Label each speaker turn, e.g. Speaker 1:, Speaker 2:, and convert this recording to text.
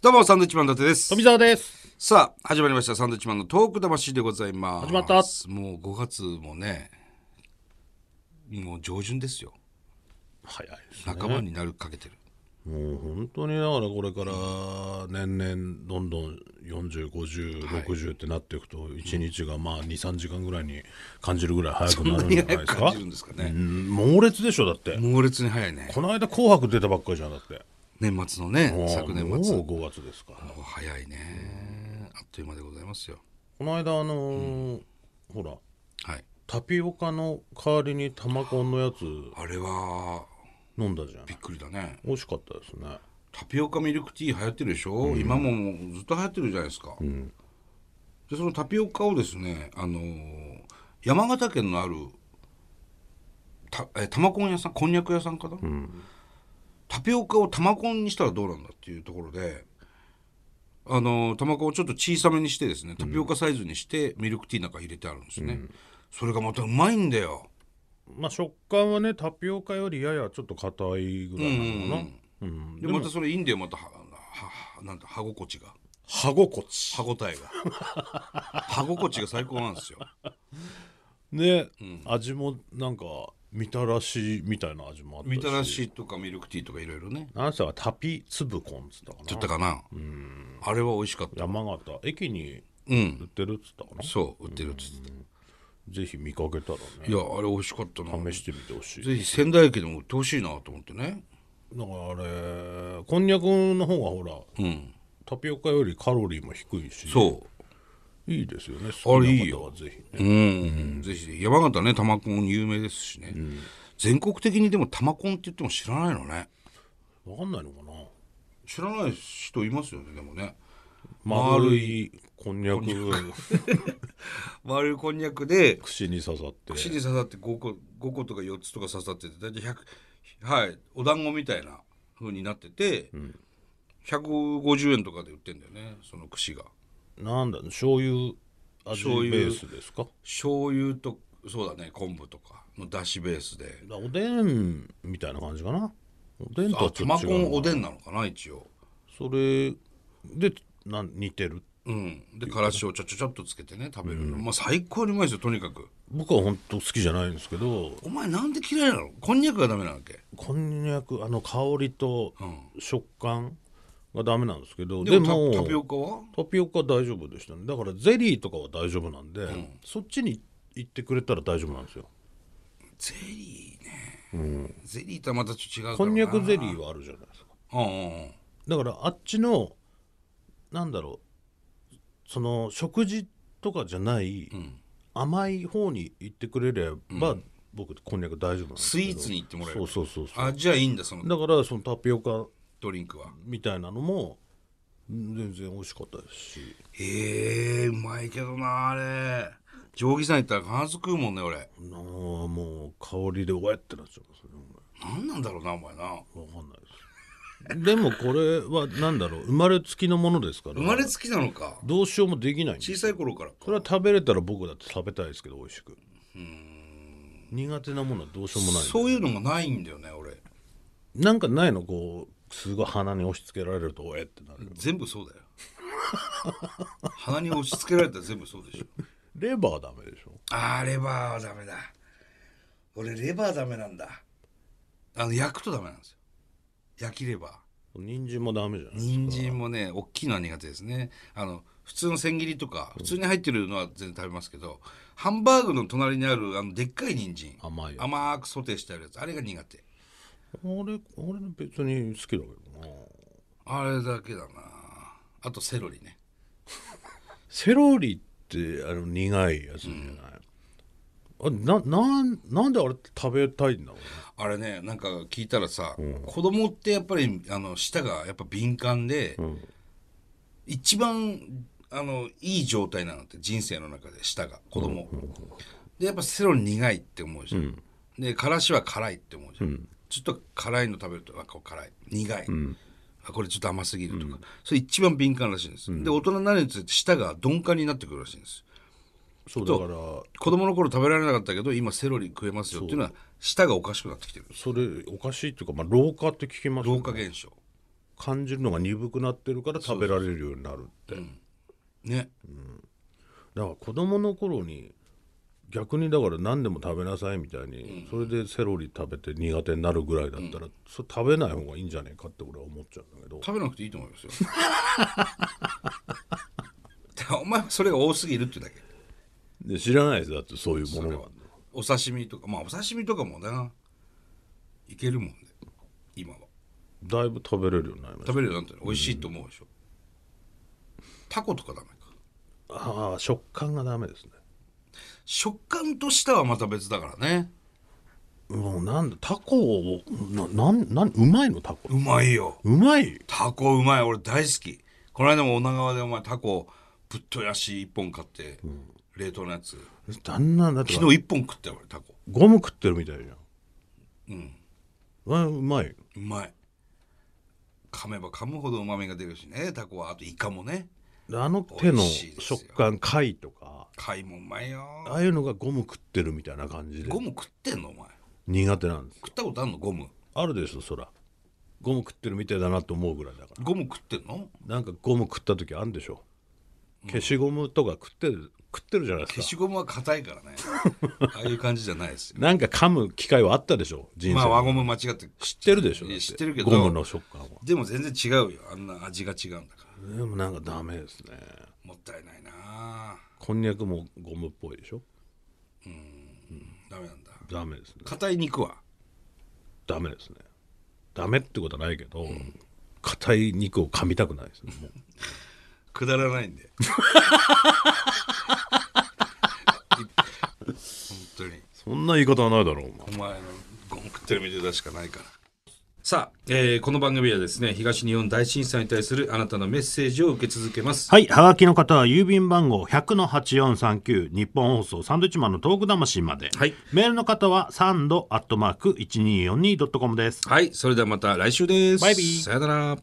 Speaker 1: どうも、サンドウィッチマン伊達です。
Speaker 2: 富澤です。
Speaker 1: さあ、始まりました。サンドウィッチマンのトーク魂でございます。
Speaker 2: 始まった
Speaker 1: もう5月もね、もう上旬ですよ。
Speaker 2: 早いですね。
Speaker 1: 半ばになるかけてる。
Speaker 2: もう本当にだからこれから年々どんどん40、50、60ってなっていくと一日がまあ2、3時間ぐらいに感じるぐらい早くなるんじゃないです
Speaker 1: 感
Speaker 2: か
Speaker 1: じ。るんですかね
Speaker 2: う。ん猛烈でしょだって。
Speaker 1: 猛烈に早いね。
Speaker 2: この間紅白出たばっかりじゃんだって。
Speaker 1: 年末のね、昨年末。
Speaker 2: もう
Speaker 1: も
Speaker 2: 5月ですから。
Speaker 1: う早いね。あっという間でございますよ。
Speaker 2: この間あのーほら
Speaker 1: はい。
Speaker 2: タピオカの代わりに玉コンのやつ
Speaker 1: あれは、
Speaker 2: 飲んだじゃん
Speaker 1: び。っくりだね。
Speaker 2: 美味しかったですね。
Speaker 1: タピオカミルクティー流行ってるでしょ、今ももうずっと流行ってるじゃないですか、でそのタピオカをですね、あのー山形県のあるたえ玉こん屋さんこんにゃく屋さんかな、タピオカを玉こんにしたらどうなんだっていうところであのー玉こんをちょっと小さめにしてですねタピオカサイズにしてミルクティーなんか入れてあるんですね、それがまたうまいんだよ
Speaker 2: まあ食感はねタピオカよりややちょっと硬いぐらいなのかな、うん
Speaker 1: でまたそれいいんだよまたはははなんだ歯心地が。
Speaker 2: 歯心地
Speaker 1: 歯ごたえが歯心地が最高なんですよ
Speaker 2: ね、味もなんかみたらしみたいな味もあったし
Speaker 1: みたらしとかミルクティーとかいろいろね
Speaker 2: なんせはタピつぶこんっつったか
Speaker 1: ちょ
Speaker 2: な
Speaker 1: っとかなあれは美味しかった
Speaker 2: 山形駅に
Speaker 1: うん
Speaker 2: 売ってるっつったかな、
Speaker 1: そう売ってるっつってた
Speaker 2: ぜひ見かけたら
Speaker 1: い
Speaker 2: ね
Speaker 1: やあれ美味しかったな
Speaker 2: 試してみてほしい
Speaker 1: ぜひ仙台駅でも売ってほしいなと思ってね
Speaker 2: だからあれこんにゃくの方がほら
Speaker 1: うん
Speaker 2: タピオカよりカロリーも低いし
Speaker 1: そ
Speaker 2: いいですよね好き
Speaker 1: あれいい
Speaker 2: な
Speaker 1: よ
Speaker 2: 方はぜひ
Speaker 1: う
Speaker 2: ね
Speaker 1: うんぜひ山形ね玉こん有名ですしね全国的にでも玉こんって言っても知らないのね
Speaker 2: わかんないのかな
Speaker 1: 知らない人いますよねでもね
Speaker 2: 丸いこんにゃく
Speaker 1: 丸いこんにゃくで
Speaker 2: 串に刺さって
Speaker 1: 串に刺さって5個5個とか4つとか刺さってて大体100はいお団子みたいな風になってて、150円とかで売ってんだよねその串が
Speaker 2: なんだ醤油味ベ
Speaker 1: 醤油
Speaker 2: ースですか
Speaker 1: 醤油とそうだね昆布とかのだしベースで
Speaker 2: おでんみたいな感じかなおでんと
Speaker 1: あ
Speaker 2: はちょ
Speaker 1: 玉
Speaker 2: っと
Speaker 1: こ
Speaker 2: 違うなん
Speaker 1: おでんなのかな一応
Speaker 2: それでなん似てる
Speaker 1: うんでからしをちょちょちょっとつけてね食べるの、まあ最高にうまいですよとにかく
Speaker 2: 僕は本当好きじゃないんですけど
Speaker 1: お前なんで嫌いなのこんにゃくがダメなわけ
Speaker 2: こんにゃくあの香りと食感がダメなんですけど、
Speaker 1: で
Speaker 2: で
Speaker 1: も
Speaker 2: も
Speaker 1: タタピオカは
Speaker 2: タピオカは大丈夫でしたねだからゼリーとかは大丈夫なんで、そっちに行ってくれたら大丈夫なんですよ
Speaker 1: ゼリーね、ゼリーとはまたちょっと違うか
Speaker 2: こ
Speaker 1: ら
Speaker 2: ん
Speaker 1: な
Speaker 2: にゃくゼリーはあるじゃないですか
Speaker 1: うんうんうん
Speaker 2: だからあっちのなんだろうその食事とかじゃない、甘い方に行ってくれれば、僕こんにゃく大丈夫なんです
Speaker 1: スイーツに行ってもらえ
Speaker 2: そ
Speaker 1: る
Speaker 2: うそうそうそう
Speaker 1: あじゃあいいんだその
Speaker 2: だからそのタピオカ
Speaker 1: ドリンクは
Speaker 2: みたいなのもうん全然美味しかったですし
Speaker 1: ええうまいけどなあれ定規さん行ったら必ず食うもんね俺
Speaker 2: なあもう香りでおやってなっちゃいますね
Speaker 1: 何なんだろうなお前な
Speaker 2: 俺わかんないですでもこれはなんだろう生まれつきのものですから
Speaker 1: 生まれつきなのか
Speaker 2: どうしようもできないんです
Speaker 1: 小さい頃から
Speaker 2: それ
Speaker 1: か
Speaker 2: は食べれたら僕だって食べたいですけど美味しく苦手なものはどうしようもない
Speaker 1: そういうのがないんだよね俺
Speaker 2: なんかないのこうすごい鼻に押し付けられるとえってなる
Speaker 1: 全部そうだよ 鼻に押し付けられたら全部そうでしょ
Speaker 2: レバーダメでしょ
Speaker 1: あーレバーはダメだ俺レバーダメなんだあの焼くとダメなんですよ焼きレバー
Speaker 2: 人参もダメじゃない
Speaker 1: 人参もね大きいのは苦手ですねあの普通の千切りとか普通に入ってるのは全然食べますけど、ハンバーグの隣にあるあのでっかい人参
Speaker 2: 甘いよ
Speaker 1: 甘くソテーしてあるやつあれが苦手
Speaker 2: 俺俺別に好きだけどな
Speaker 1: あれだけだなあとセロリね
Speaker 2: セロリってあの苦いやつじゃない、あななんなんであれ食べたいんだろうね
Speaker 1: あれねなんか聞いたらさ、子供ってやっぱりあの舌がやっぱ敏感で、一番あのいい状態なんだって人生の中で舌が子供、でやっぱセロリ苦いって思うじゃん、でからしは辛いって思うじゃん、ちょっと辛いの食べるとなんか辛い苦い、あこれちょっと甘すぎるとか、それ一番敏感らしいんです、で大人になるにつれて舌が鈍感になってくるらしいんです
Speaker 2: そうだから
Speaker 1: 子供の頃食べられなかったけど今セロリ食えますよっていうのは舌がおかしくなってきてる
Speaker 2: それおかしいっていうか、まあ、老化って聞きますよ
Speaker 1: 老
Speaker 2: ね
Speaker 1: 化現象
Speaker 2: 感じるのが鈍くなってるから食べられるようになるって
Speaker 1: ね
Speaker 2: だから子供の頃に逆にだから何でも食べなさいみたいに、それでセロリ食べて苦手になるぐらいだったら、それ食べない方がいいんじゃねえかって俺は思っちゃうんだけど
Speaker 1: 食べなくていいと思いますよ だからお前はそれが多すぎるってだけ
Speaker 2: で知らないですだってそういうものが
Speaker 1: お刺身とかまあお刺身とかもないけるもんね今は
Speaker 2: だいぶ食べれるようになりました
Speaker 1: 食べれるようになったら美味しいと思うでしょ、タコとかダメか
Speaker 2: ああ食感がダメですね
Speaker 1: 食感としてはまた別だからね
Speaker 2: もうなんだタコをななんなんうまいのタコ
Speaker 1: うまいよ
Speaker 2: うまい
Speaker 1: タコうまい俺大好きこの間も女川でお前タコぶっとい足一本買って、冷凍のやつ
Speaker 2: 旦那だって
Speaker 1: 昨日一本食ったよ俺タコ
Speaker 2: ゴム食ってるみたいじゃんうんうまいう
Speaker 1: まい噛めば噛むほどうまみが出るしねタコはあとイカもね
Speaker 2: であの手の
Speaker 1: 美味しいですよ
Speaker 2: 食感貝とか
Speaker 1: 貝もうまいよ
Speaker 2: ああいうのがゴム食ってるみたいな感じで
Speaker 1: ゴム食ってんのお前
Speaker 2: 苦手なんです
Speaker 1: 食ったことあんのゴム
Speaker 2: あるでしょそらゴム食ってるみたいだなと思うぐらいだから
Speaker 1: ゴム食ってんの
Speaker 2: なんかゴム食った時あんでしょ消しゴムとか食ってる食ってるじゃないですか
Speaker 1: 消しゴムは硬い からねああいう感じじゃないですよ
Speaker 2: なんか噛む機会はあったでしょ人生、
Speaker 1: まあ輪ゴム間違って
Speaker 2: 知ってるでしょ
Speaker 1: いや
Speaker 2: だて
Speaker 1: 知ってるけど
Speaker 2: ゴムの食感は
Speaker 1: でも全然違うよあんな味が違うんだから
Speaker 2: でもなんかダメですね
Speaker 1: もったいないな
Speaker 2: こんにゃくもゴムっぽいでしょ
Speaker 1: ダメなんだ
Speaker 2: ダメですね
Speaker 1: 硬い肉は
Speaker 2: ダメですねダメってことはないけど硬、い肉を噛みたくないですねもう
Speaker 1: くだらない んで本当に
Speaker 2: そんな言い方はないだろうお前
Speaker 1: お前のゴン食ってるみたいだしかないからさあ、えーこの番組はですね東日本大震災に対するあなたのメッセージを受け続けます
Speaker 2: はい、はがきの方は郵便番号100-8439日本放送サンドイッチマンのトーク魂まで、
Speaker 1: はい
Speaker 2: メールの方はサンドアットマーク 1242.com です。
Speaker 1: はいそれではまた来週です
Speaker 2: バイビー
Speaker 1: さよなら